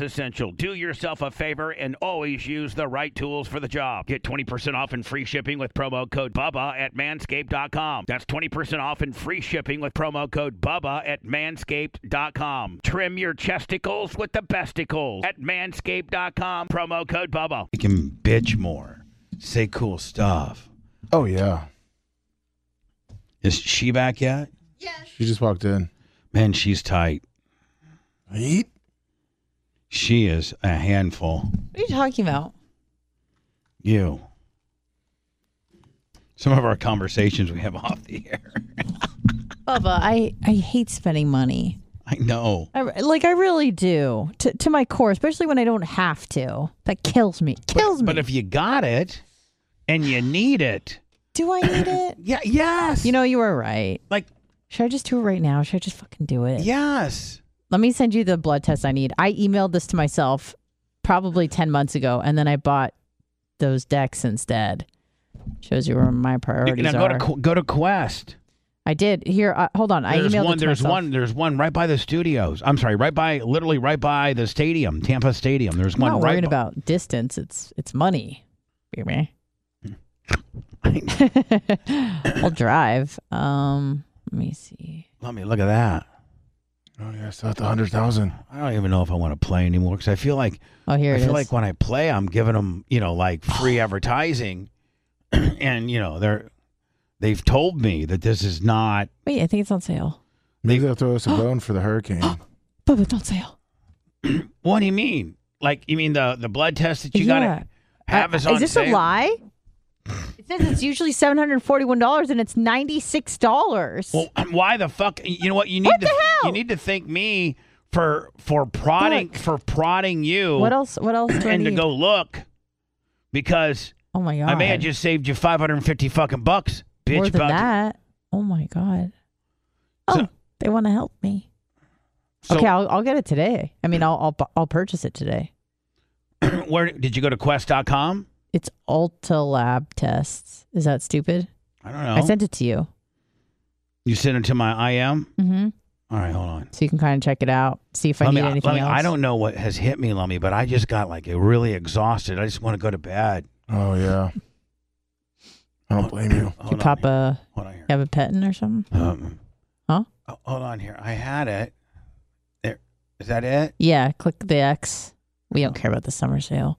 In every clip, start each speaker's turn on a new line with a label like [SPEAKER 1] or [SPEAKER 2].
[SPEAKER 1] essential. Do yourself a favor and always use the right tools for the job. Get 20% off and free shipping with promo code BUBBA at manscaped.com. That's 20% off and free shipping with promo code BUBBA at manscaped.com. Trim your chesticles with the besticles at manscaped.com. Promo code BUBBA. You can bitch more. Say cool stuff.
[SPEAKER 2] Oh yeah,
[SPEAKER 1] Is she back yet?
[SPEAKER 2] she just walked in.
[SPEAKER 1] Man, she's tight.
[SPEAKER 2] Right?
[SPEAKER 1] She is a handful.
[SPEAKER 3] What are you talking about?
[SPEAKER 1] You. Some of our conversations we have off the air.
[SPEAKER 3] Bubba, I, I hate spending money.
[SPEAKER 1] I know.
[SPEAKER 3] I, like, I really do. To, to my core, especially when I don't have to. That kills me. Kills me.
[SPEAKER 1] But if you got it and you need it,
[SPEAKER 3] do I need it?
[SPEAKER 1] yeah, yes.
[SPEAKER 3] You know, you were right.
[SPEAKER 1] like
[SPEAKER 3] Should I just do it right now? Should I just fucking do it?
[SPEAKER 1] yes.
[SPEAKER 3] Let me send you the blood test I need. I emailed this to myself probably 10 months ago, and then I bought those decks instead. Shows you where my priorities
[SPEAKER 1] now go to
[SPEAKER 3] are.
[SPEAKER 1] Qu- go to Quest.
[SPEAKER 3] I did. Here, uh, hold on.
[SPEAKER 1] There's
[SPEAKER 3] I emailed
[SPEAKER 1] one.
[SPEAKER 3] it to
[SPEAKER 1] There's
[SPEAKER 3] myself.
[SPEAKER 1] one. There's one right by the studios. I'm sorry, right by literally right by the stadium, Tampa Stadium. There's
[SPEAKER 3] I'm
[SPEAKER 1] one
[SPEAKER 3] not
[SPEAKER 1] right
[SPEAKER 3] worried
[SPEAKER 1] bu-
[SPEAKER 3] about distance. It's it's money. Hear me? I'll drive. Um, let me see.
[SPEAKER 1] Let me look at that.
[SPEAKER 2] Oh yeah, so that's a hundred thousand.
[SPEAKER 1] I don't even know if I want to play anymore because I feel like
[SPEAKER 3] Oh, here
[SPEAKER 1] I
[SPEAKER 3] it
[SPEAKER 1] feel
[SPEAKER 3] is.
[SPEAKER 1] like when I play, I'm giving them you know like free advertising, and you know they're they've told me that this is not
[SPEAKER 3] Wait, I think it's on sale.
[SPEAKER 2] Maybe they'll throw us a bone for the hurricane.
[SPEAKER 3] But it's on sale.
[SPEAKER 1] What do you mean? Like you mean the the blood test that you
[SPEAKER 3] Yeah.
[SPEAKER 1] gotta have is
[SPEAKER 3] Uh,
[SPEAKER 1] on
[SPEAKER 3] is this a
[SPEAKER 1] sale?
[SPEAKER 3] lie? It says it's usually seven hundred forty-one dollars, and it's ninety-six dollars.
[SPEAKER 1] Well, why the fuck? You know what? You need
[SPEAKER 3] What
[SPEAKER 1] to
[SPEAKER 3] the hell?
[SPEAKER 1] you need to thank me for for prodding
[SPEAKER 3] Look.
[SPEAKER 1] for prodding you
[SPEAKER 3] what else? What else? Do I
[SPEAKER 1] and to
[SPEAKER 3] need?
[SPEAKER 1] go look because
[SPEAKER 3] Oh my god!
[SPEAKER 1] I may have just saved you five hundred and fifty fucking bucks, bitch.
[SPEAKER 3] more than
[SPEAKER 1] about to-
[SPEAKER 3] that. Oh my god! Oh,
[SPEAKER 1] So-
[SPEAKER 3] they want to help me.
[SPEAKER 1] So
[SPEAKER 3] okay, I'll, I'll get it today. I mean, I'll, I'll bu- I'll purchase it today.
[SPEAKER 1] where did you go to Quest.com?
[SPEAKER 3] It's Ulta Lab tests. Is that stupid?
[SPEAKER 1] I don't know.
[SPEAKER 3] I sent it to you,
[SPEAKER 1] you sent it to my IM.
[SPEAKER 3] mm-hmm.
[SPEAKER 1] All right, hold on.
[SPEAKER 3] so you can kind of check it out, see if I
[SPEAKER 1] Let me-
[SPEAKER 4] uh,
[SPEAKER 3] need anything
[SPEAKER 1] let me-
[SPEAKER 3] else.
[SPEAKER 1] I don't know what has hit me, Lummy, but I just got like really exhausted. I just want to go to bed.
[SPEAKER 2] Oh yeah. I don't blame you.
[SPEAKER 3] Did
[SPEAKER 1] Hold
[SPEAKER 3] you
[SPEAKER 1] on
[SPEAKER 3] pop
[SPEAKER 1] here.
[SPEAKER 3] a
[SPEAKER 1] Hold on here.
[SPEAKER 3] have a petin or something?
[SPEAKER 1] Um,
[SPEAKER 3] Huh?
[SPEAKER 1] oh, Hold on here. I had it. There. Is that it?
[SPEAKER 3] Yeah, click the X. We don't care about the summer sale.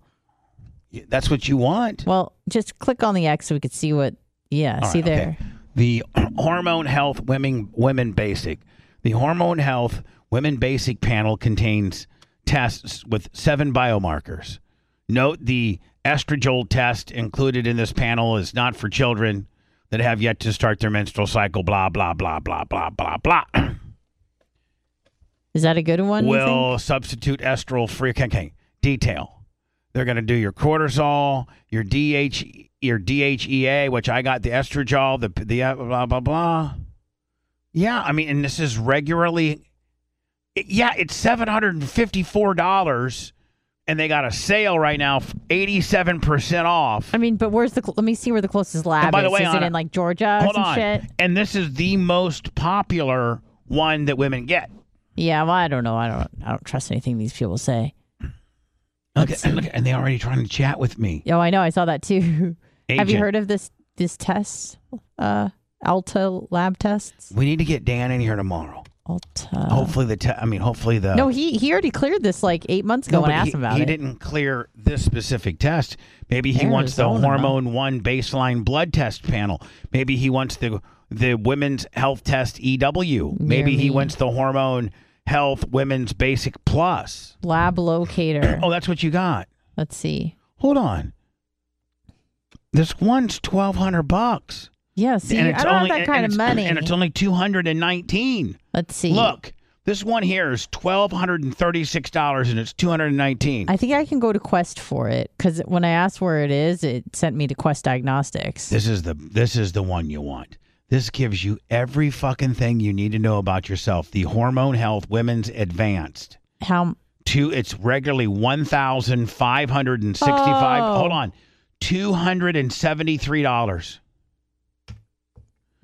[SPEAKER 1] Y- That's what you want.
[SPEAKER 3] Well, just click on the X so we could see what. Yeah,
[SPEAKER 1] All
[SPEAKER 3] see
[SPEAKER 1] right, okay.
[SPEAKER 3] there.
[SPEAKER 1] The hormone health women women basic. The hormone health
[SPEAKER 4] Women Basic panel contains tests with seven biomarkers. Note the estradiol test included in this panel is not for children that have yet to start their menstrual cycle. Blah blah blah blah blah blah blah.
[SPEAKER 3] Is that a good one? you think?
[SPEAKER 4] will substitute estrol free. Okay, okay. Detail. They're going to do your cortisol, your DH, your DHEA, which I got the estradiol, the the uh, blah blah blah. Yeah, I mean, and this is regularly. it- yeah, it's seven hundred and fifty-four dollars, and they got a sale right now, eighty-seven percent off.
[SPEAKER 3] I mean, but where's the? Cl- let me see where the closest lab
[SPEAKER 4] by the
[SPEAKER 3] is.
[SPEAKER 4] way,
[SPEAKER 3] is it
[SPEAKER 4] Anna-
[SPEAKER 3] in like Georgia or
[SPEAKER 4] Hold
[SPEAKER 3] some
[SPEAKER 4] on,
[SPEAKER 3] shit?
[SPEAKER 4] and this is the most popular one that women get.
[SPEAKER 3] Yeah, well, I don't know. I don't. I don't trust anything these people say.
[SPEAKER 4] Look, at, look, at- and they already trying to chat with me.
[SPEAKER 3] Oh, I know. I saw that too. Have you
[SPEAKER 4] Agent.
[SPEAKER 3] heard of this this test? Uh, Alta lab tests.
[SPEAKER 4] We need to get Dan in here tomorrow.
[SPEAKER 3] Alta.
[SPEAKER 4] hopefully the te- I mean, hopefully the
[SPEAKER 3] Uh-huh. no, he he already cleared this like eight months
[SPEAKER 4] No,
[SPEAKER 3] ago
[SPEAKER 4] but
[SPEAKER 3] and asked
[SPEAKER 4] he,
[SPEAKER 3] him about
[SPEAKER 4] he
[SPEAKER 3] it.
[SPEAKER 4] didn't clear this specific test. Maybe he wants the
[SPEAKER 3] Arizona.
[SPEAKER 4] hormone one baseline blood test panel. Maybe he wants the the women's health test EW. Maybe he
[SPEAKER 3] me.
[SPEAKER 4] wants the hormone health women's basic plus.
[SPEAKER 3] Lab locator.
[SPEAKER 4] Oh, that's what you got.
[SPEAKER 3] Let's see.
[SPEAKER 4] Hold on. This one's twelve hundred bucks,
[SPEAKER 3] Yeah, see, I don't have that kind
[SPEAKER 4] and
[SPEAKER 3] of
[SPEAKER 4] it's-
[SPEAKER 3] money.
[SPEAKER 4] and it's only two hundred and nineteen.
[SPEAKER 3] Let's see.
[SPEAKER 4] Look, this one here is twelve hundred and thirty-six dollars, and it's two hundred and nineteen.
[SPEAKER 3] I think I can go to Quest for it because when I asked where it is, it sent me to Quest Diagnostics.
[SPEAKER 4] This is the this is the one you want. This gives you every fucking thing you need to know about yourself. The Hormone Health Women's Advanced.
[SPEAKER 3] How
[SPEAKER 4] Two, it's regularly one thousand five hundred and sixty-five.
[SPEAKER 3] Oh.
[SPEAKER 4] Hold on, two hundred and seventy-three dollars.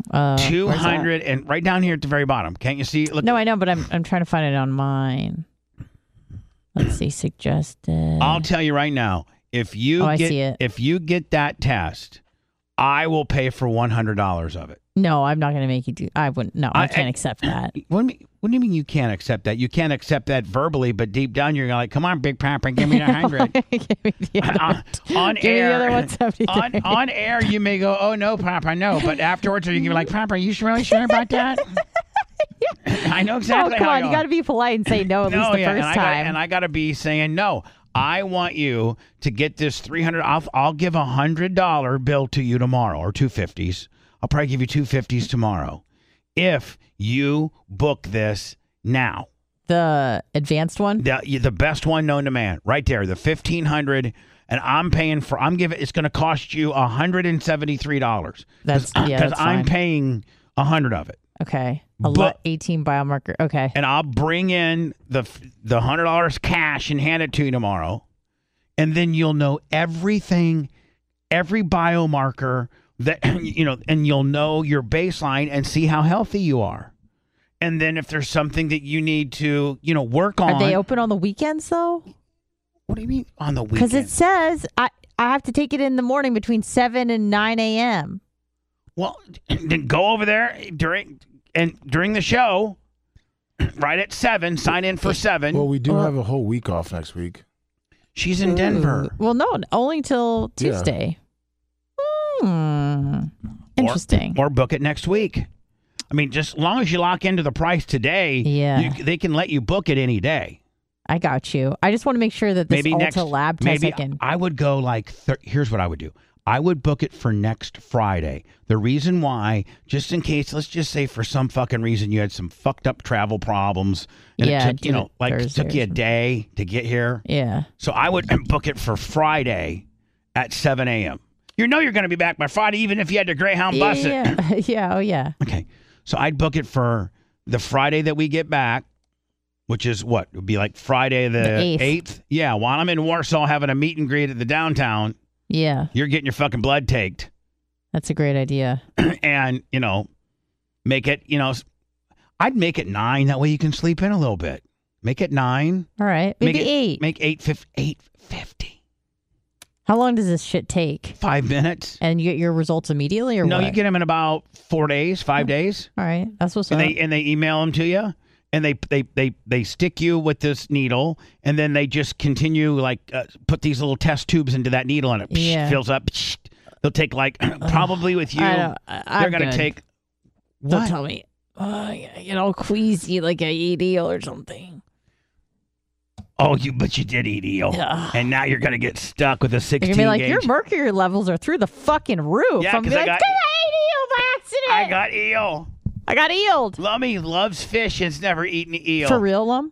[SPEAKER 3] uh, where's
[SPEAKER 4] two
[SPEAKER 3] that?
[SPEAKER 4] hundred and right down here at the very bottom. Can't you see? Look,
[SPEAKER 3] No, I know, but I'm I'm trying to find it on mine. Let's see, suggested.
[SPEAKER 4] I'll tell you right now. If you
[SPEAKER 3] Oh, I
[SPEAKER 4] get
[SPEAKER 3] see it.
[SPEAKER 4] if you get that test, I will pay for one hundred dollars of it.
[SPEAKER 3] no, I'm not going to make you do. I wouldn't. No, I,
[SPEAKER 4] I-
[SPEAKER 3] can't
[SPEAKER 4] I-
[SPEAKER 3] accept that.
[SPEAKER 4] What do, you mean, what do you mean you can't accept that? You can't accept that verbally, but deep down you're like, come on, Big Papa, give me the hundred.
[SPEAKER 3] Give me the other
[SPEAKER 4] on,
[SPEAKER 3] one.
[SPEAKER 4] on
[SPEAKER 3] Give me the
[SPEAKER 4] air,
[SPEAKER 3] other one seventy
[SPEAKER 4] on,
[SPEAKER 3] three.
[SPEAKER 4] on air, you may go, oh no, Papa, no. But afterwards, you can be like, Papa, are you really sure about that? I know
[SPEAKER 3] Oh
[SPEAKER 4] exactly
[SPEAKER 3] come
[SPEAKER 4] how
[SPEAKER 3] on, you got to be polite and say no at
[SPEAKER 4] no,
[SPEAKER 3] least the
[SPEAKER 4] yeah,
[SPEAKER 3] first
[SPEAKER 4] and I
[SPEAKER 3] time.
[SPEAKER 4] Gotta, and I got to be saying no. I want you to get this three hundred. I'll I'll give a hundred dollar bill to you tomorrow, or two fifties. I'll probably give you two fifties tomorrow, if you book this now.
[SPEAKER 3] the advanced one.
[SPEAKER 4] The, the best one known to man, right there, the fifteen hundred, and I'm paying for. I'm giving. It's going to cost you hundred and seventy three dollars.
[SPEAKER 3] That's yeah. That's
[SPEAKER 4] I'm
[SPEAKER 3] fine.
[SPEAKER 4] paying a hundred of it,
[SPEAKER 3] okay. A
[SPEAKER 4] But-
[SPEAKER 3] lot, eighteen biomarker. Okay.
[SPEAKER 4] and I'll bring in the f- the hundred dollars cash and hand it to you tomorrow, and then you'll know everything, every biomarker that you know, and you'll know your baseline and see how healthy you are. And then if there's something that you need to, you know, work on.
[SPEAKER 3] Are they open on the weekends though?
[SPEAKER 4] what do you mean on the weekend?
[SPEAKER 3] Because it says I I have to take it in the morning between seven and nine a.m.
[SPEAKER 4] Well, then go over there during and during the show, right at seven. Sign in for seven.
[SPEAKER 2] Well, we do
[SPEAKER 3] Well-
[SPEAKER 2] have a whole week off next week.
[SPEAKER 4] She's in Denver.
[SPEAKER 3] Well, no, only till
[SPEAKER 2] Yeah.
[SPEAKER 3] Tuesday. Hmm. Interesting.
[SPEAKER 4] Or, or book it next week. I mean, just as long as you lock into the price today,
[SPEAKER 3] Yeah.
[SPEAKER 4] you, they can let you book it any day.
[SPEAKER 3] I got you. I just want to make sure that this
[SPEAKER 4] maybe
[SPEAKER 3] Ulta
[SPEAKER 4] next
[SPEAKER 3] lab test
[SPEAKER 4] maybe
[SPEAKER 3] I can.
[SPEAKER 4] I would go like thir- here's what I would do. I would book it for next Friday. The reason why, just in case, let's just say for some fucking reason you had some fucked up travel problems and
[SPEAKER 3] Yeah,
[SPEAKER 4] it took, you
[SPEAKER 3] do it
[SPEAKER 4] know, like
[SPEAKER 3] Thursday
[SPEAKER 4] took
[SPEAKER 3] or
[SPEAKER 4] you a
[SPEAKER 3] something.
[SPEAKER 4] day to get here.
[SPEAKER 3] Yeah.
[SPEAKER 4] So I would book it for Friday at 7 a.m. You know you're going to be back by Friday, even if you had to Greyhound
[SPEAKER 3] Yeah,
[SPEAKER 4] bus it.
[SPEAKER 3] yeah. yeah. Oh yeah.
[SPEAKER 4] Okay. So I'd book it for the Friday that we get back, which is what? It would be like Friday the,
[SPEAKER 3] The
[SPEAKER 4] 8th.
[SPEAKER 3] eighth.
[SPEAKER 4] Yeah. While I'm in Warsaw having a meet and greet at the downtown,
[SPEAKER 3] Yeah.
[SPEAKER 4] you're getting your fucking blood taked
[SPEAKER 3] That's a great idea.
[SPEAKER 4] and, you know, make it, you know, s- I'd make it nine. That way you can sleep in a little bit. Make it nine.
[SPEAKER 3] All right.
[SPEAKER 4] Make
[SPEAKER 3] Maybe
[SPEAKER 4] it-
[SPEAKER 3] eight.
[SPEAKER 4] Make eight fif- eight fifty.
[SPEAKER 3] How long does this shit take?
[SPEAKER 4] Five minutes.
[SPEAKER 3] And you get your results immediately, or
[SPEAKER 4] No,
[SPEAKER 3] what? Oh.
[SPEAKER 4] you get them in about four days, five days.
[SPEAKER 3] All right. That's what's up.
[SPEAKER 4] and they and they email them to you and they they they they stick you with this needle and then they just continue like uh, put these little test tubes into that needle and it psh,
[SPEAKER 3] Yeah.
[SPEAKER 4] fills up psh. they'll take like probably with you
[SPEAKER 3] I don't, I,
[SPEAKER 4] they're
[SPEAKER 3] I'm
[SPEAKER 4] gonna
[SPEAKER 3] good.
[SPEAKER 4] take
[SPEAKER 3] Don't
[SPEAKER 4] what
[SPEAKER 3] tell me. uh, I get all queasy like I eat eel or something.
[SPEAKER 4] Oh, you but you did eat eel,
[SPEAKER 3] Yeah.
[SPEAKER 4] and now you're gonna get stuck with a
[SPEAKER 3] You're
[SPEAKER 4] 16
[SPEAKER 3] gonna be like,
[SPEAKER 4] gauge.
[SPEAKER 3] your mercury levels are through the fucking roof.
[SPEAKER 4] Yeah,
[SPEAKER 3] I'm gonna
[SPEAKER 4] 'cause
[SPEAKER 3] be
[SPEAKER 4] I
[SPEAKER 3] like,
[SPEAKER 4] got-
[SPEAKER 3] "Did I eat eel by
[SPEAKER 4] I
[SPEAKER 3] accident.
[SPEAKER 4] got eel.
[SPEAKER 3] I got, eeled.
[SPEAKER 4] Lummy loves fish and's never eaten eel.
[SPEAKER 3] For real, Lum?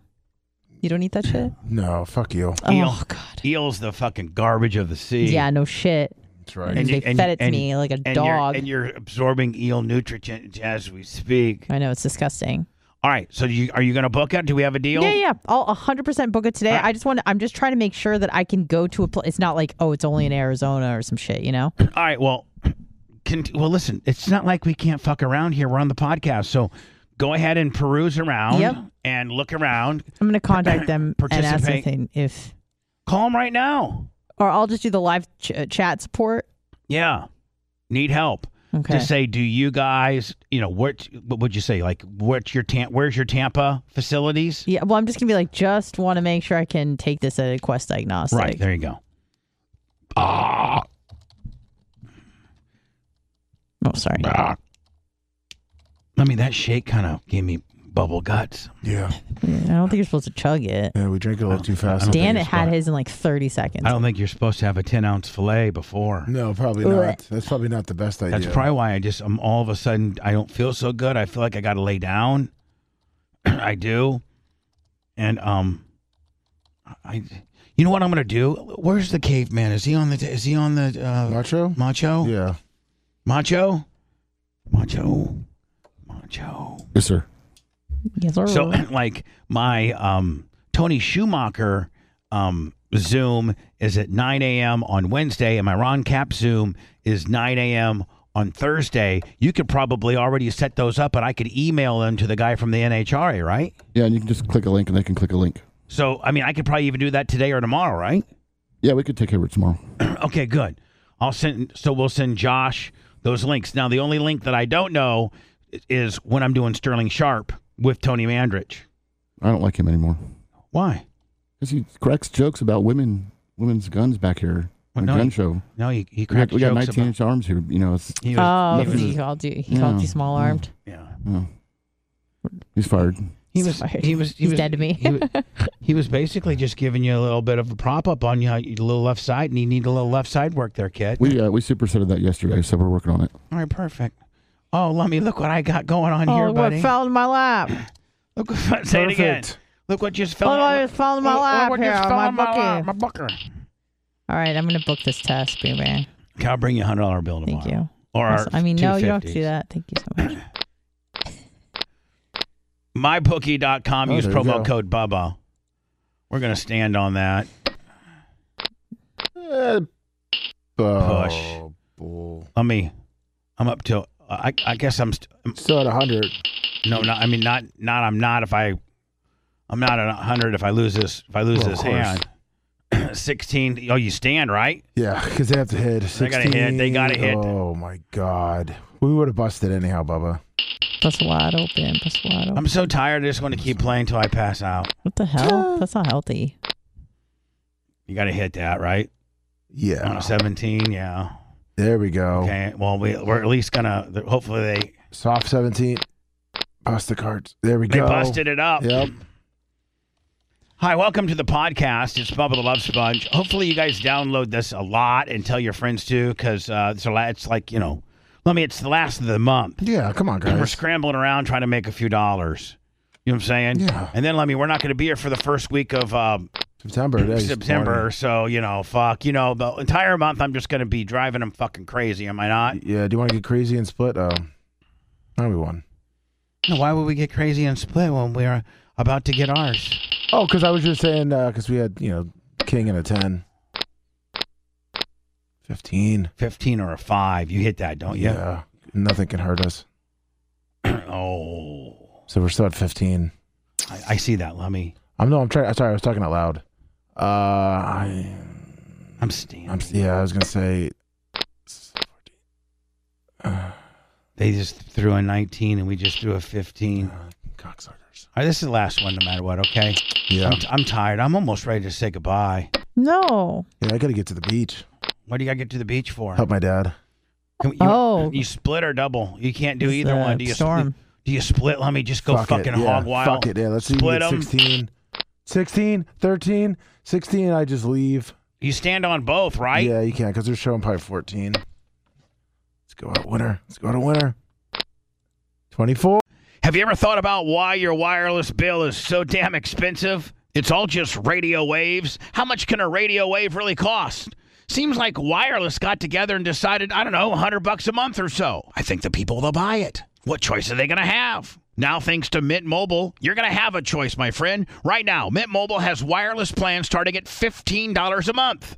[SPEAKER 3] You don't eat that shit?
[SPEAKER 2] No, fuck you.
[SPEAKER 4] Eel.
[SPEAKER 3] Oh, God.
[SPEAKER 4] Eel's the fucking garbage of the sea.
[SPEAKER 3] Yeah, no shit.
[SPEAKER 2] That's right.
[SPEAKER 4] And
[SPEAKER 3] they
[SPEAKER 4] you- and-
[SPEAKER 3] fed it to
[SPEAKER 4] and-
[SPEAKER 3] me like a
[SPEAKER 4] and
[SPEAKER 3] dog.
[SPEAKER 4] You're, and you're absorbing eel nutrients as we speak.
[SPEAKER 3] I know, it's disgusting.
[SPEAKER 4] All right, so you, are you gonna book it? Do we have a deal?
[SPEAKER 3] Yeah, yeah. I'll 100% book it today.
[SPEAKER 4] All right.
[SPEAKER 3] I just want to, I'm just trying to make sure that I can go to a place. It's not like, oh, it's only in Arizona or some shit, you know?
[SPEAKER 4] All right, well, can, well, listen, it's not like we can't fuck around here. We're on the podcast, so go ahead and peruse around
[SPEAKER 3] Yep.
[SPEAKER 4] and look around.
[SPEAKER 3] I'm going to contact them and ask
[SPEAKER 4] Participate.
[SPEAKER 3] them if,
[SPEAKER 4] Call them right now.
[SPEAKER 3] or I'll just do the live ch- chat support.
[SPEAKER 4] Yeah, need help.
[SPEAKER 3] Okay.
[SPEAKER 4] to say, do you guys, you know, what what would you say? Like, what's your tam- where's your Tampa facilities?
[SPEAKER 3] yeah, well, I'm just going to be like, just want to make sure I can take this at a quest diagnostic.
[SPEAKER 4] Right there, you go. Ah,
[SPEAKER 3] Oh, sorry.
[SPEAKER 4] ah. I mean, that shake kind of gave me bubble guts.
[SPEAKER 2] Yeah.
[SPEAKER 3] Yeah, I don't think you're supposed to chug it.
[SPEAKER 2] Yeah, we drank it a little too fast.
[SPEAKER 3] Dan
[SPEAKER 2] it
[SPEAKER 3] had his in like 30 seconds.
[SPEAKER 4] I don't think you're supposed to have a ten ounce fillet before.
[SPEAKER 2] No, probably
[SPEAKER 3] Ugh.
[SPEAKER 2] not. That's probably not the best idea.
[SPEAKER 4] That's probably why I just I'm all of a sudden I don't feel so good. I feel like I got to lay down. I do, and um, I. You know what I'm gonna do? Where's the caveman? Is he on the? Is he on the? Uh,
[SPEAKER 2] Nacho?
[SPEAKER 4] Macho?
[SPEAKER 2] Yeah.
[SPEAKER 4] Macho? Macho? Macho.
[SPEAKER 2] Yes, sir.
[SPEAKER 3] Yes, sir.
[SPEAKER 4] So like my um Tony Schumacher um Zoom is at 9 a.m. on Wednesday, and my Ron Cap Zoom is 9 a.m. on Thursday. You could probably already set those up, and I could email them to the guy from the NHRA, right?
[SPEAKER 5] Yeah, and you can just click a link, and they can click a link.
[SPEAKER 4] So I mean, I could probably even do that today or tomorrow, right?
[SPEAKER 5] Yeah, we could take care of it tomorrow.
[SPEAKER 4] Okay, good. I'll send. So we'll send Josh those links. Now, the only link that I don't know is when I'm doing Sterling Sharp with Tony Mandrich.
[SPEAKER 5] I don't like him anymore
[SPEAKER 4] Why?
[SPEAKER 5] because he cracks jokes about women, women's guns back here
[SPEAKER 4] Well,
[SPEAKER 5] on
[SPEAKER 4] no,
[SPEAKER 5] gun
[SPEAKER 4] he-
[SPEAKER 5] show.
[SPEAKER 4] No, he, he
[SPEAKER 5] We got,
[SPEAKER 4] cracked
[SPEAKER 5] we got
[SPEAKER 4] jokes
[SPEAKER 5] 19
[SPEAKER 4] about.
[SPEAKER 5] inch arms here. You know, it's,
[SPEAKER 4] He
[SPEAKER 3] oh,
[SPEAKER 4] was, Mm. he
[SPEAKER 3] he
[SPEAKER 4] was,
[SPEAKER 3] called you. He called
[SPEAKER 5] Yeah.
[SPEAKER 3] you small armed.
[SPEAKER 4] yeah.
[SPEAKER 5] yeah. he's fired.
[SPEAKER 4] He
[SPEAKER 3] He's
[SPEAKER 4] was.
[SPEAKER 3] fired.
[SPEAKER 4] He was. He
[SPEAKER 3] He's
[SPEAKER 4] was
[SPEAKER 3] dead to me.
[SPEAKER 4] he, was, he was basically just giving you a little bit of a prop up on you, a little left side, and you need a little left side work there, kid.
[SPEAKER 5] We uh, we superseded that yesterday, so we're working on it.
[SPEAKER 4] All right, perfect. Oh, let me look what I got going on
[SPEAKER 3] Oh,
[SPEAKER 4] here,
[SPEAKER 3] look what
[SPEAKER 4] buddy.
[SPEAKER 3] fell in my lap.
[SPEAKER 4] look, what- say it again. Look what just fell.
[SPEAKER 3] Look what
[SPEAKER 4] in-
[SPEAKER 3] just Oh, fell in my
[SPEAKER 4] look
[SPEAKER 3] lap
[SPEAKER 4] what
[SPEAKER 3] here
[SPEAKER 4] Oh, just
[SPEAKER 3] on
[SPEAKER 4] fell
[SPEAKER 3] my
[SPEAKER 4] in my lap,
[SPEAKER 3] bookie.
[SPEAKER 4] my booker.
[SPEAKER 3] All right, I'm gonna book this test, Boo Bear.
[SPEAKER 4] Okay, I'll bring you a hundred dollar bill tomorrow.
[SPEAKER 3] Thank you.
[SPEAKER 4] Or our
[SPEAKER 3] Also- I mean, no, you don't have to do
[SPEAKER 4] 250s.
[SPEAKER 3] that. Thank you so much.
[SPEAKER 4] Mybookie.com.
[SPEAKER 2] Oh,
[SPEAKER 4] use
[SPEAKER 2] there you
[SPEAKER 4] promo
[SPEAKER 2] go.
[SPEAKER 4] code Bubba. We're gonna stand on that.
[SPEAKER 2] Uh,
[SPEAKER 4] Push.
[SPEAKER 2] oh, bull.
[SPEAKER 4] Let me. I'm up to. I, I guess I'm. St-
[SPEAKER 2] Still at 100.
[SPEAKER 4] no, not. I mean, not. Not. I'm not. If I. I'm not at hundred. If I lose this. If I lose
[SPEAKER 2] Well, of
[SPEAKER 4] this
[SPEAKER 2] course.
[SPEAKER 4] hand. Sixteen. Oh, you stand right.
[SPEAKER 2] Yeah, because they have to hit. 16.
[SPEAKER 4] They gotta hit. They gotta hit.
[SPEAKER 2] Oh, my God. We would have busted anyhow, Bubba.
[SPEAKER 3] Plus wide open. Plus wide open.
[SPEAKER 4] I'm so tired. I just want to keep playing till I pass out.
[SPEAKER 3] What the hell? That's not healthy.
[SPEAKER 4] You got to hit that right. On
[SPEAKER 2] Yeah. Oh.
[SPEAKER 4] a Seventeen. Yeah.
[SPEAKER 2] There we go.
[SPEAKER 4] Okay. Well, we we're at least gonna. Hopefully they
[SPEAKER 2] Soft 17. Bust the cards. There we
[SPEAKER 4] they
[SPEAKER 2] go.
[SPEAKER 4] busted it up.
[SPEAKER 2] Yep.
[SPEAKER 4] Hi, welcome to the podcast. It's Bubba the Love Sponge. Hopefully, you guys download this a lot and tell your friends too, because uh, it's, a la- it's like you know, let me. It's the last of the month,
[SPEAKER 2] Yeah, come on,
[SPEAKER 4] and we're
[SPEAKER 2] guys.
[SPEAKER 4] scrambling around trying to make a few dollars. You know what I'm saying?
[SPEAKER 2] Yeah.
[SPEAKER 4] And then, let me. We're not going to be here for the first week of um,
[SPEAKER 2] September. today's
[SPEAKER 4] September,
[SPEAKER 2] morning.
[SPEAKER 4] so you know, fuck, you know, the entire month I'm just going to be driving them fucking crazy. Am I not?
[SPEAKER 2] Yeah, do you want to get crazy and split? Oh, now we won.
[SPEAKER 4] No, Why would we get crazy and split when we're about to get ours?
[SPEAKER 2] Oh, because I was just saying, because we had, you know, king and a 10. 15.
[SPEAKER 4] Fifteen or a five? You hit that, don't you?
[SPEAKER 2] Nothing can hurt us.
[SPEAKER 4] oh.
[SPEAKER 2] So we're still at 15.
[SPEAKER 4] I, I see that, Lummy.
[SPEAKER 2] I'm no, I'm trying. Sorry, I was talking out loud. Uh, I,
[SPEAKER 4] I'm standing.
[SPEAKER 2] I'm, yeah, I was going to say,
[SPEAKER 4] They just threw a 19 and we just threw a 15. All
[SPEAKER 2] uh, cocksuckers.
[SPEAKER 4] right, this is the last one, no matter what, okay?
[SPEAKER 2] Yeah.
[SPEAKER 4] I'm, t- I'm tired. I'm almost ready to say goodbye.
[SPEAKER 3] No.
[SPEAKER 2] Yeah, I got to get to the beach.
[SPEAKER 4] What do you got to get to the beach for?
[SPEAKER 2] Help my dad.
[SPEAKER 4] Can we- you,
[SPEAKER 3] Oh.
[SPEAKER 4] You split or double. You can't do
[SPEAKER 3] It's
[SPEAKER 4] either
[SPEAKER 3] the
[SPEAKER 4] one. Do you
[SPEAKER 3] storm.
[SPEAKER 4] Do you split? Let me just go fucking
[SPEAKER 2] it, yeah.
[SPEAKER 4] hog wild.
[SPEAKER 2] Fuck it, yeah. Let's see. if we
[SPEAKER 4] Split
[SPEAKER 2] get
[SPEAKER 4] 'em.
[SPEAKER 2] 16. 16, 13, 16, I just leave.
[SPEAKER 4] You stand on both, right?
[SPEAKER 2] yeah, you can, because they're showing probably 14. Let's go out winner. Let's go to winner. 24.
[SPEAKER 4] Have you ever thought about why your wireless bill is so damn expensive? It's all just radio waves. How much can a radio wave really cost? Seems like wireless got together and decided, I don't know, 100 bucks a month or so. I think the people will buy it. What choice are they going to have? Now, thanks to Mint Mobile, you're going to have a choice, my friend. Right now, Mint Mobile has wireless plans starting at $15 a month.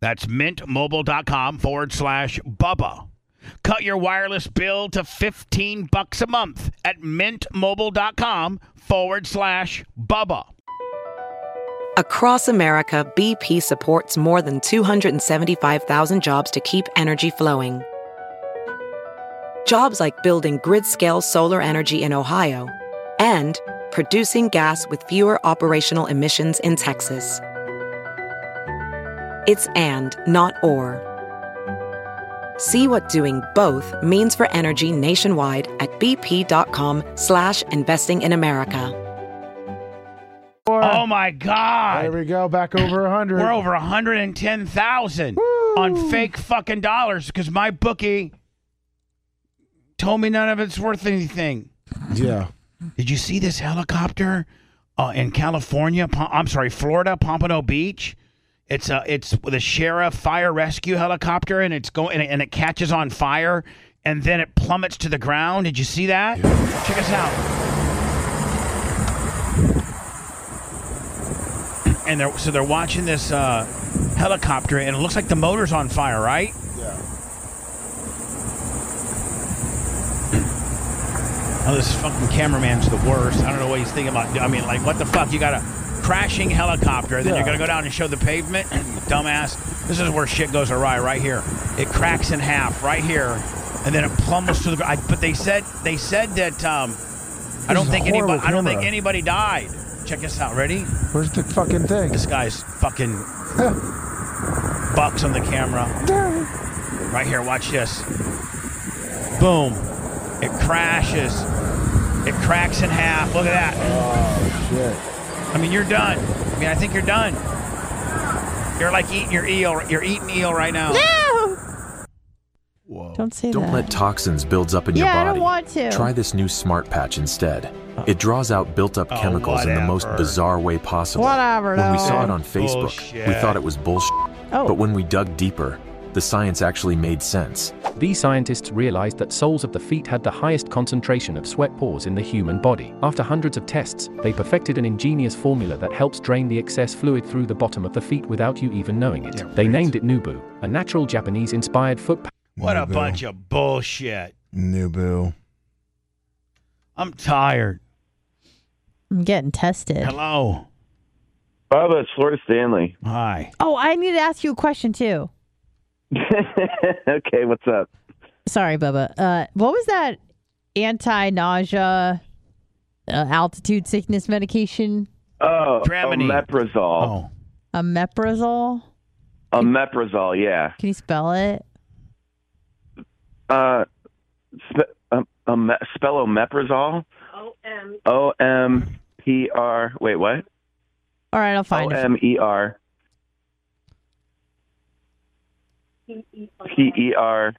[SPEAKER 4] That's mintmobile.com forward slash Bubba. Cut your wireless bill to 15 bucks a month at mintmobile.com forward slash Bubba.
[SPEAKER 6] Across America, BP supports more than 275,000 jobs to keep energy flowing. Jobs like building grid scale solar energy in Ohio and producing gas with fewer operational emissions in Texas. It's and, not or. See what doing both means for energy nationwide at bp.com slash investing in America.
[SPEAKER 4] Oh my
[SPEAKER 2] There
[SPEAKER 4] God.
[SPEAKER 2] we go. Back over 100.
[SPEAKER 4] We're over 110,000 on fake fucking dollars because my bookie told me none of it's worth anything.
[SPEAKER 2] Yeah.
[SPEAKER 4] Did you see this helicopter uh, in California? Pa- I'm sorry, Florida, Pompano Beach. It's a it's the sheriff fire rescue helicopter, and it's going and it catches on fire, and then it plummets to the ground. Did you see that? Check us out. And they're so they're watching this uh, helicopter, and it looks like the motor's on fire, right? Oh, this fucking cameraman's the worst. I don't know what he's thinking about. I mean, like, what the fuck? You got a crashing helicopter, then you're
[SPEAKER 2] Yeah.
[SPEAKER 4] gonna go down and show the pavement, dumbass. This is where shit goes awry, right here. It cracks in half, right here, and then it plummets to the ground. But they said they said that um, I don't
[SPEAKER 2] is a
[SPEAKER 4] think anybody.
[SPEAKER 2] horrible
[SPEAKER 4] I don't think
[SPEAKER 2] camera.
[SPEAKER 4] anybody died. Check this out. Ready?
[SPEAKER 2] Where's the fucking thing?
[SPEAKER 4] This guy's fucking bucks on the camera. Right here, watch this. Boom. It crashes. It cracks in half. Look at that.
[SPEAKER 2] Shit.
[SPEAKER 4] I mean, you're done. I mean, I think you're done. You're like eating your eel. You're eating eel right now.
[SPEAKER 3] Don't say
[SPEAKER 7] Don't
[SPEAKER 3] that.
[SPEAKER 7] let toxins build up in your
[SPEAKER 3] Yeah,
[SPEAKER 7] body.
[SPEAKER 3] I don't want to.
[SPEAKER 7] Try this new Smart Patch instead. It draws out built-up
[SPEAKER 4] Oh,
[SPEAKER 7] chemicals in the most
[SPEAKER 4] whatever.
[SPEAKER 7] bizarre way possible.
[SPEAKER 3] Whatever,
[SPEAKER 7] When we
[SPEAKER 3] though.
[SPEAKER 7] saw it on Facebook, we
[SPEAKER 4] Bullshit.
[SPEAKER 7] thought it was bullshit.
[SPEAKER 3] Oh.
[SPEAKER 7] But when we dug deeper, the science actually made sense.
[SPEAKER 8] These scientists realized that soles of the feet had the highest concentration of sweat pores in the human body. After hundreds of tests, they perfected an ingenious formula that helps drain the excess fluid through the bottom of the feet without you even knowing it. they named it Nubu, a natural Japanese inspired foot
[SPEAKER 4] What a
[SPEAKER 2] Nubu.
[SPEAKER 4] bunch of bullshit.
[SPEAKER 2] Nubu.
[SPEAKER 4] I'm tired.
[SPEAKER 3] I'm getting tested.
[SPEAKER 4] Hello.
[SPEAKER 9] Bubba, it's Floyd Stanley.
[SPEAKER 4] Hi.
[SPEAKER 3] Oh, I need to ask you a question too.
[SPEAKER 9] okay, what's up?
[SPEAKER 3] Sorry, Bubba. Uh, what was that anti-nausea, uh, altitude sickness medication?
[SPEAKER 9] Oh,
[SPEAKER 4] Dramamine. Oh.
[SPEAKER 9] omeprazole.
[SPEAKER 3] Omeprazole.
[SPEAKER 9] Omeprazole, yeah.
[SPEAKER 3] Can you spell it?
[SPEAKER 9] Uh, spe- um, um, spell omeprazole. O E. M P R. Wait, what?
[SPEAKER 3] All right, I'll
[SPEAKER 9] O
[SPEAKER 3] find it.
[SPEAKER 9] M E R. P E R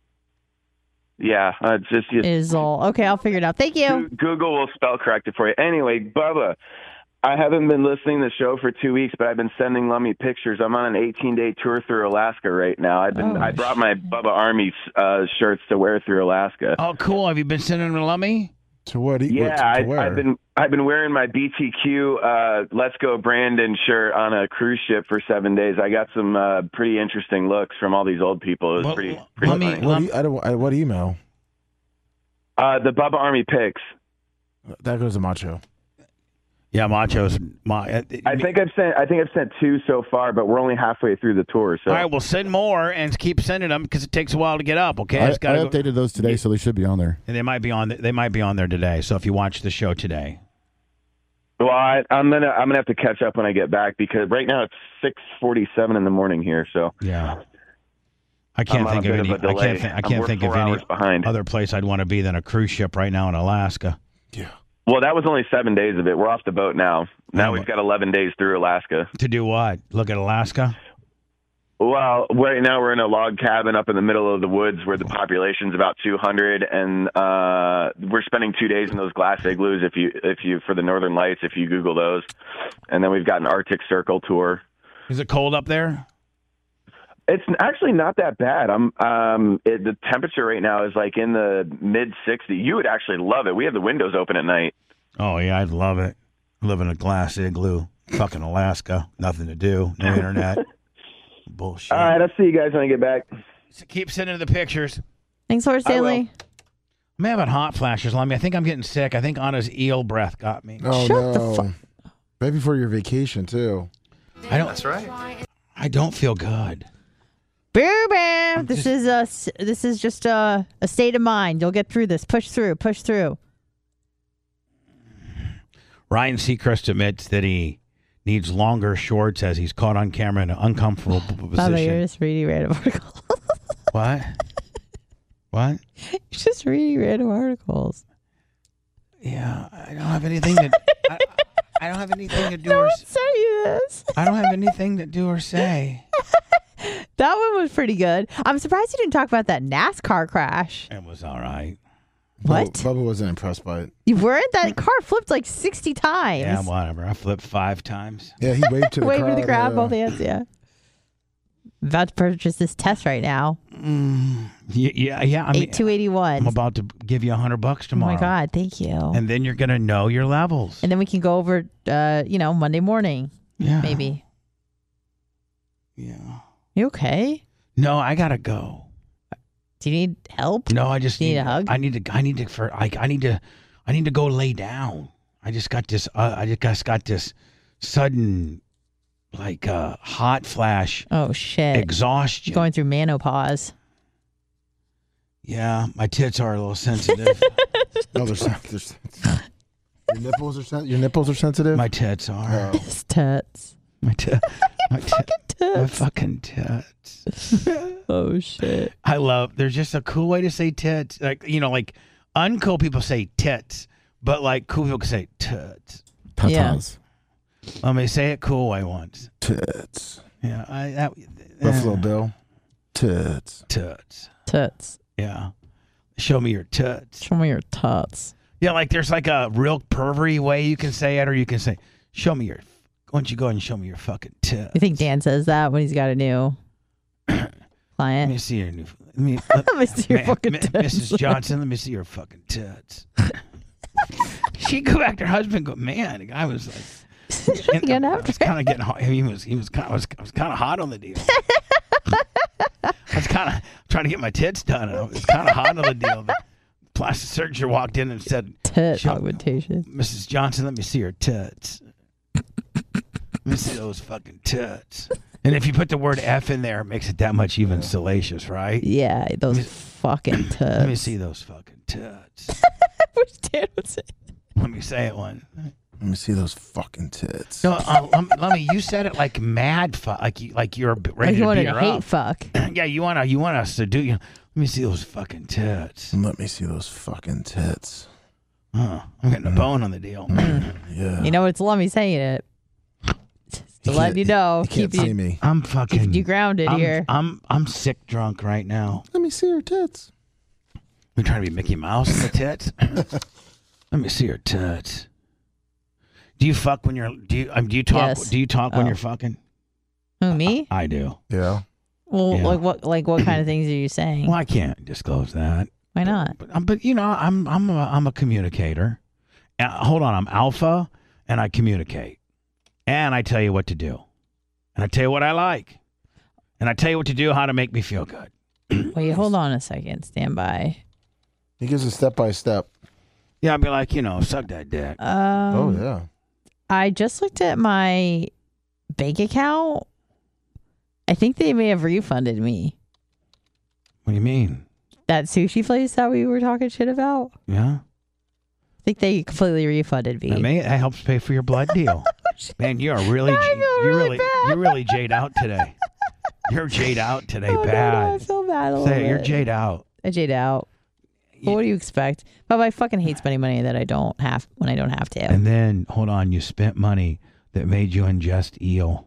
[SPEAKER 9] Yeah, uh, just you
[SPEAKER 3] Is all okay. I'll figure it out. Thank you.
[SPEAKER 9] Goo- Google will spell correct it for you. Anyway, Bubba, I haven't been listening to the show for two weeks, but I've been sending Lummy pictures. I'm on an 18 day tour through Alaska right now. I've been
[SPEAKER 3] Oh,
[SPEAKER 9] I brought my Bubba Army uh, shirts to wear through Alaska.
[SPEAKER 4] Oh, cool. Have you been sending them to Lummy?
[SPEAKER 2] To what? He,
[SPEAKER 9] yeah,
[SPEAKER 2] what, to where?
[SPEAKER 9] I, I've been I've been wearing my BTQ uh, Let's Go Brandon shirt on a cruise ship for seven days. I got some uh, pretty interesting looks from all these old people. It was
[SPEAKER 4] Well,
[SPEAKER 9] pretty.
[SPEAKER 4] l-
[SPEAKER 9] pretty
[SPEAKER 4] let me-
[SPEAKER 9] funny.
[SPEAKER 2] What, e- I don't, I, what email?
[SPEAKER 9] Uh, the Bubba Army pics.
[SPEAKER 2] That goes to Macho.
[SPEAKER 4] Yeah, Macho's. Ma- uh,
[SPEAKER 9] I think I've sent I think I've sent two so far, but we're only halfway through the tour. So
[SPEAKER 4] All right, well, send more and keep sending them because it takes a while to get up. Okay,
[SPEAKER 5] I, I
[SPEAKER 4] It's gotta go-
[SPEAKER 5] updated those today, so they should be on there.
[SPEAKER 4] and they might be on. They might be on there today. So if you watch the show today,
[SPEAKER 9] Well, I, I'm gonna I'm gonna have to catch up when I get back because right now it's six forty seven in the morning here. So
[SPEAKER 4] yeah, I can't
[SPEAKER 9] I'm on
[SPEAKER 4] think
[SPEAKER 9] a
[SPEAKER 4] of
[SPEAKER 9] bit
[SPEAKER 4] any.
[SPEAKER 9] of a
[SPEAKER 4] I
[SPEAKER 9] delay.
[SPEAKER 4] can't. Think, I
[SPEAKER 9] I'm-
[SPEAKER 4] can't
[SPEAKER 9] we're
[SPEAKER 4] think of
[SPEAKER 9] four
[SPEAKER 4] any
[SPEAKER 9] hours behind.
[SPEAKER 4] other place I'd want to be than a cruise ship right now in Alaska.
[SPEAKER 9] well, that was only seven days of it. We're off the boat now. Now
[SPEAKER 4] Oh,
[SPEAKER 9] we've
[SPEAKER 4] my-
[SPEAKER 9] got eleven days through Alaska.
[SPEAKER 4] To do what? Look at Alaska.
[SPEAKER 9] Well, right now we're in a log cabin up in the middle of the woods where the population's about two hundred, and uh, we're spending two days in those glass igloos. If you if you for the Northern Lights, if you Google those, and then we've got an Arctic Circle tour.
[SPEAKER 4] Is it cold up there?
[SPEAKER 9] It's actually not that bad. I'm um it, the temperature right now is like in the mid 60s. You would actually love it. We have the windows open at night.
[SPEAKER 4] Oh yeah, I'd love it. Live in a glass igloo, fucking Alaska. Nothing to do. No internet. Bullshit.
[SPEAKER 9] All right, I'll see you guys when I get back.
[SPEAKER 4] So keep sending the pictures.
[SPEAKER 3] Thanks, Horse
[SPEAKER 9] I will.
[SPEAKER 3] Daily.
[SPEAKER 4] I'm having hot flashes, Lummy. I think I'm getting sick. I think Anna's eel breath got me.
[SPEAKER 2] Oh,
[SPEAKER 3] Shut the
[SPEAKER 2] no. Right before your vacation, too.
[SPEAKER 4] I don't. That's right. I don't feel good.
[SPEAKER 3] Boo boo. This is a s- this is just a, a state of mind. You'll get through this. Push through. Push through.
[SPEAKER 4] Ryan Seacrest admits that he needs longer shorts as he's caught on camera in an uncomfortable p-
[SPEAKER 3] By the way, you're
[SPEAKER 4] position.
[SPEAKER 3] just reading random articles.
[SPEAKER 4] What? What?
[SPEAKER 3] you're just reading random articles.
[SPEAKER 4] Yeah, I don't have anything to. I, I don't have anything to do
[SPEAKER 3] No
[SPEAKER 4] or.
[SPEAKER 3] one
[SPEAKER 4] s-
[SPEAKER 3] sent you this.
[SPEAKER 4] I don't have anything to do or say.
[SPEAKER 3] That one was pretty good. I'm surprised you didn't talk about that NASCAR crash.
[SPEAKER 4] It was all right.
[SPEAKER 3] What?
[SPEAKER 2] Bubba, Bubba wasn't impressed by it.
[SPEAKER 3] You weren't? That car flipped like 60 times.
[SPEAKER 4] Yeah, whatever. I flipped five times.
[SPEAKER 2] Yeah, he waved to the
[SPEAKER 3] Wave
[SPEAKER 2] crowd.
[SPEAKER 3] to the crowd,
[SPEAKER 2] yeah.
[SPEAKER 3] both hands. Yeah. About to purchase this test right now.
[SPEAKER 4] Yeah, yeah. yeah I mean,
[SPEAKER 3] Eight two eighty
[SPEAKER 4] I'm
[SPEAKER 3] one.
[SPEAKER 4] about to give you a hundred bucks
[SPEAKER 3] Oh
[SPEAKER 4] tomorrow.
[SPEAKER 3] my God. Thank you. And,
[SPEAKER 4] And then you're gonna know your levels.
[SPEAKER 3] then we can go over, uh, you know, Monday morning,
[SPEAKER 4] yeah.
[SPEAKER 3] maybe.
[SPEAKER 4] Yeah.
[SPEAKER 3] You okay?
[SPEAKER 4] No, I gotta go.
[SPEAKER 3] Do you need help?
[SPEAKER 4] No, I just
[SPEAKER 3] You
[SPEAKER 4] need,
[SPEAKER 3] need a hug?
[SPEAKER 4] I need to. I need to. For I, I need to. I need to go lay down. I just got this. Uh, I just got, got this sudden, like uh, hot flash
[SPEAKER 3] Oh, shit.
[SPEAKER 4] exhaustion.
[SPEAKER 3] Going through menopause.
[SPEAKER 4] yeah, my tits are a little sensitive.
[SPEAKER 2] No, there's not. There's, your nipples are sen- your nipples are sensitive.
[SPEAKER 4] my tits are.
[SPEAKER 2] Oh.
[SPEAKER 3] His tits.
[SPEAKER 4] My tits. My, ti- my
[SPEAKER 3] Tits.
[SPEAKER 4] fucking tits.
[SPEAKER 3] Oh, shit.
[SPEAKER 4] I love. There's just a cool way to say tits. Like you know, like uncool people say tits, but like cool people can say tits.
[SPEAKER 3] Yeah.
[SPEAKER 5] Tatas.
[SPEAKER 4] Let me say it cool way once.
[SPEAKER 2] Tits.
[SPEAKER 4] Yeah, I that.
[SPEAKER 2] Buffalo
[SPEAKER 4] uh,
[SPEAKER 2] Bill. Tits.
[SPEAKER 4] tits.
[SPEAKER 3] Tits.
[SPEAKER 4] Yeah. Show me your tits.
[SPEAKER 3] Show me your tuts.
[SPEAKER 4] Yeah, like there's like a real pervery way you can say it, or you can say, show me your, why don't you go ahead and show me your fucking tits?
[SPEAKER 3] You think Dan says that when he's got a new
[SPEAKER 4] Let me
[SPEAKER 3] client?
[SPEAKER 4] see your new, let me,
[SPEAKER 3] Eh. Let me see your
[SPEAKER 4] Ma-
[SPEAKER 3] fucking
[SPEAKER 4] Ma-
[SPEAKER 3] tits.
[SPEAKER 4] Mrs. Johnson, let me see your fucking tits. she go back to her husband. and Go, man, the guy was like,
[SPEAKER 3] Again
[SPEAKER 4] I
[SPEAKER 3] after.
[SPEAKER 4] was kind of getting hot. He was, he was kind of, was, I was kind of hot on the deal. I was kind of trying to get my tits done. And I was kind of hot on the deal. The plastic surgeon walked in and said,
[SPEAKER 3] Tit
[SPEAKER 4] Show-
[SPEAKER 3] augmentation.
[SPEAKER 4] Mrs. Johnson, let me see your tits. let me see those fucking tits. And if you put the word F in there, it makes it that much even salacious, right?
[SPEAKER 3] Yeah, those fucking tits.
[SPEAKER 4] Let me see those fucking tits.
[SPEAKER 3] Which Dan would say.
[SPEAKER 4] let me say it one.
[SPEAKER 2] Let me see those fucking tits.
[SPEAKER 4] No, uh, lem- Lummy, you said it like mad, fu- like you, like you're b- ready
[SPEAKER 3] Like you
[SPEAKER 4] to
[SPEAKER 3] wanted
[SPEAKER 4] beat
[SPEAKER 3] to
[SPEAKER 4] her
[SPEAKER 3] hate
[SPEAKER 4] up.
[SPEAKER 3] fuck.
[SPEAKER 4] yeah, you wanna, you want us to do. You let me see those fucking tits.
[SPEAKER 2] Let me see those fucking tits.
[SPEAKER 4] Huh. I'm getting a bone on the deal.
[SPEAKER 3] Mm.
[SPEAKER 2] Yeah.
[SPEAKER 3] You know, it's Lummy saying it. Just to let
[SPEAKER 2] can't-
[SPEAKER 3] you know,
[SPEAKER 2] You can't
[SPEAKER 3] keep
[SPEAKER 2] see
[SPEAKER 3] you,
[SPEAKER 2] me.
[SPEAKER 4] I'm fucking.
[SPEAKER 3] keep you grounded
[SPEAKER 4] I'm,
[SPEAKER 3] here.
[SPEAKER 4] I'm I'm sick drunk right now.
[SPEAKER 2] Let me see your tits.
[SPEAKER 4] You're trying to be Mickey Mouse in the tits. Let me see your tits. Do you fuck when you're? Do you? Um, do you talk?
[SPEAKER 3] Yes.
[SPEAKER 4] Do you talk when
[SPEAKER 3] Oh.
[SPEAKER 4] you're fucking?
[SPEAKER 3] Who me?
[SPEAKER 4] I do.
[SPEAKER 2] Yeah.
[SPEAKER 3] Well,
[SPEAKER 4] Yeah.
[SPEAKER 3] like what? Like what kind of things are you saying?
[SPEAKER 4] Well, I can't disclose that.
[SPEAKER 3] Why not?
[SPEAKER 4] But, um, but you know, I'm I'm a, I'm a communicator. Uh, hold on, I'm alpha, and I communicate, and I tell you what to do, and I tell you what I like, and I tell you what to do, how to make me feel good.
[SPEAKER 3] Wait, hold on a second. Stand by.
[SPEAKER 2] He gives a step by step.
[SPEAKER 4] Yeah, I'd be like, you know, suck that dick.
[SPEAKER 3] Um,
[SPEAKER 2] Oh yeah.
[SPEAKER 3] I just looked at my bank account. I think they may have refunded me
[SPEAKER 4] What do you mean?
[SPEAKER 3] that sushi place that we were talking shit about.
[SPEAKER 4] Yeah.
[SPEAKER 3] I think they completely refunded me.
[SPEAKER 4] That, may, that helps pay for your blood deal. Man, you are really
[SPEAKER 3] I
[SPEAKER 4] j-
[SPEAKER 3] feel
[SPEAKER 4] you
[SPEAKER 3] really
[SPEAKER 4] really
[SPEAKER 3] bad.
[SPEAKER 4] you really jade out today. You're jade out today,
[SPEAKER 3] Oh, no, no, I
[SPEAKER 4] bad.
[SPEAKER 3] feel bad a little
[SPEAKER 4] Say it, you're
[SPEAKER 3] bit.
[SPEAKER 4] jade out.
[SPEAKER 3] I jade out. But what do you expect? But I fucking hate spending money that I don't have when I don't have to.
[SPEAKER 4] And then hold on, you spent money that made you ingest eel.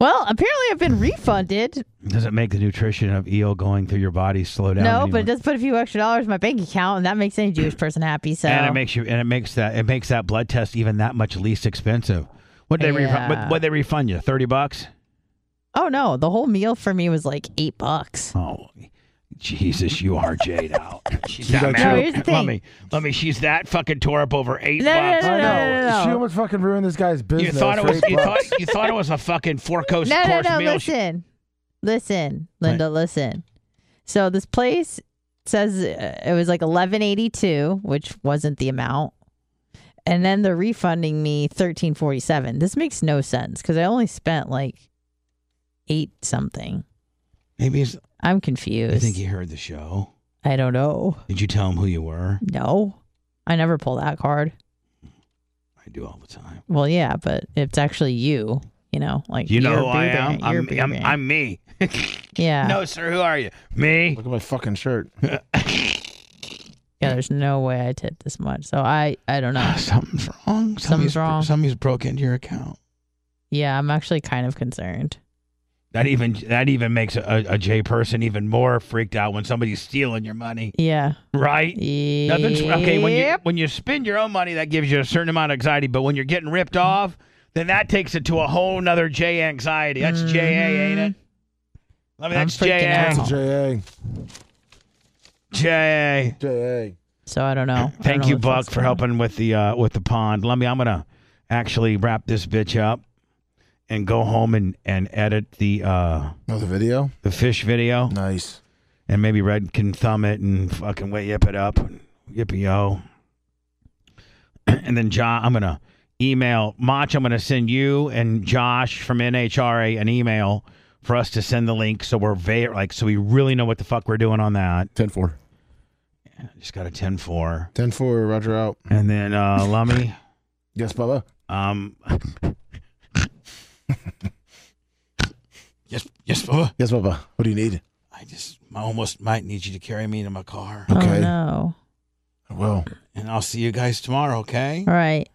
[SPEAKER 3] well, apparently I've been refunded.
[SPEAKER 4] Does it make the nutrition of eel going through your body slow down?
[SPEAKER 3] no, but
[SPEAKER 4] anymore?
[SPEAKER 3] it does put a few extra dollars in my bank account, and that makes any Jewish person happy. So
[SPEAKER 4] And it makes you and it makes that it makes that blood test even that much least expensive. What they refund?
[SPEAKER 3] Yeah.
[SPEAKER 4] What would they refund you? Thirty bucks?
[SPEAKER 3] Oh no, the whole meal for me was like eight bucks.
[SPEAKER 4] Oh, Jesus, you are jade out. She's
[SPEAKER 2] got
[SPEAKER 4] that
[SPEAKER 2] you. No,
[SPEAKER 4] mad.
[SPEAKER 3] here's the
[SPEAKER 4] Let
[SPEAKER 3] thing.
[SPEAKER 4] me, let me. She's that fucking tore up over eight
[SPEAKER 3] No, no,
[SPEAKER 4] bucks.
[SPEAKER 3] no,
[SPEAKER 2] I
[SPEAKER 3] no,
[SPEAKER 2] know.
[SPEAKER 3] no, no, no.
[SPEAKER 2] She almost fucking ruined this guy's
[SPEAKER 4] You
[SPEAKER 2] business.
[SPEAKER 4] thought it
[SPEAKER 2] for
[SPEAKER 4] was
[SPEAKER 2] eight
[SPEAKER 4] you
[SPEAKER 2] bucks.
[SPEAKER 4] thought you thought it was a fucking four course
[SPEAKER 3] No, no,
[SPEAKER 4] course
[SPEAKER 3] no.
[SPEAKER 4] meal.
[SPEAKER 3] Listen, listen, Linda, listen. So this place says uh, it was like eleven eighty two, which wasn't the amount, and then they're refunding me thirteen forty seven. This makes no sense because I only spent like eight something.
[SPEAKER 4] Maybe it's,
[SPEAKER 3] I'm
[SPEAKER 4] I
[SPEAKER 3] confused.
[SPEAKER 4] think he heard the show.
[SPEAKER 3] I don't know.
[SPEAKER 4] Did you tell him who you were?
[SPEAKER 3] No, I never pull that card.
[SPEAKER 4] I do all the time.
[SPEAKER 3] Well, yeah, but it's actually you. You know, like
[SPEAKER 4] You know
[SPEAKER 3] you're
[SPEAKER 4] who I
[SPEAKER 3] Boo Bear,
[SPEAKER 4] am.
[SPEAKER 3] you're
[SPEAKER 4] I'm,
[SPEAKER 3] Boo
[SPEAKER 4] I'm,
[SPEAKER 3] Bear.
[SPEAKER 4] I'm me.
[SPEAKER 3] yeah.
[SPEAKER 4] No, sir. Who are you? Me.
[SPEAKER 2] Look at my fucking shirt.
[SPEAKER 3] Yeah, there's no way I tipped this much. So I, I don't know.
[SPEAKER 4] Something's wrong.
[SPEAKER 3] Something's wrong.
[SPEAKER 4] Somebody's broke into your account.
[SPEAKER 3] Yeah, I'm actually kind of concerned.
[SPEAKER 4] That even that even makes a, a, a J person even more freaked out when somebody's stealing your money,
[SPEAKER 3] Yeah.
[SPEAKER 4] right? Nothing's okay when you
[SPEAKER 3] Yep.
[SPEAKER 4] when you spend your own money. That gives you a certain amount of anxiety, but when you're getting ripped off, then that takes it to a whole nother J anxiety. That's JA, ain't it? I mean,
[SPEAKER 3] Mm. Mm-hmm. I'm
[SPEAKER 4] that's
[SPEAKER 3] freaking
[SPEAKER 4] JA.
[SPEAKER 3] out.
[SPEAKER 2] It's a
[SPEAKER 4] JA.
[SPEAKER 2] JA. JA.
[SPEAKER 3] So I don't know. I don't
[SPEAKER 4] Thank
[SPEAKER 3] know
[SPEAKER 4] you,
[SPEAKER 3] what's-
[SPEAKER 4] Buck,
[SPEAKER 3] what's
[SPEAKER 4] for
[SPEAKER 3] going on.
[SPEAKER 4] helping with the uh, with the pond. Let me. I'm gonna actually wrap this bitch up and go home and and edit the uh,
[SPEAKER 2] Oh, the video?
[SPEAKER 4] the fish video.
[SPEAKER 2] Nice.
[SPEAKER 4] and maybe Red can thumb it and fucking way yip it up, yippee yo. And then John, I'm gonna email Mach. I'm gonna send you and Josh from NHRA an email for us to send the link, so we're very like, so we really know what the fuck we're doing on that.
[SPEAKER 5] 10 4.
[SPEAKER 4] Just got a 10-4.
[SPEAKER 2] 10 4, Roger out.
[SPEAKER 4] and then uh, Lummy,
[SPEAKER 2] Yes, Bubba.
[SPEAKER 4] um, yes, yes, Bubba.
[SPEAKER 2] Yes, Bubba. What do you need?
[SPEAKER 4] I just I almost might need you to carry me to my car,
[SPEAKER 2] Okay.
[SPEAKER 3] Oh no.
[SPEAKER 2] I will.
[SPEAKER 4] and I'll see you guys tomorrow. Okay.
[SPEAKER 3] All right.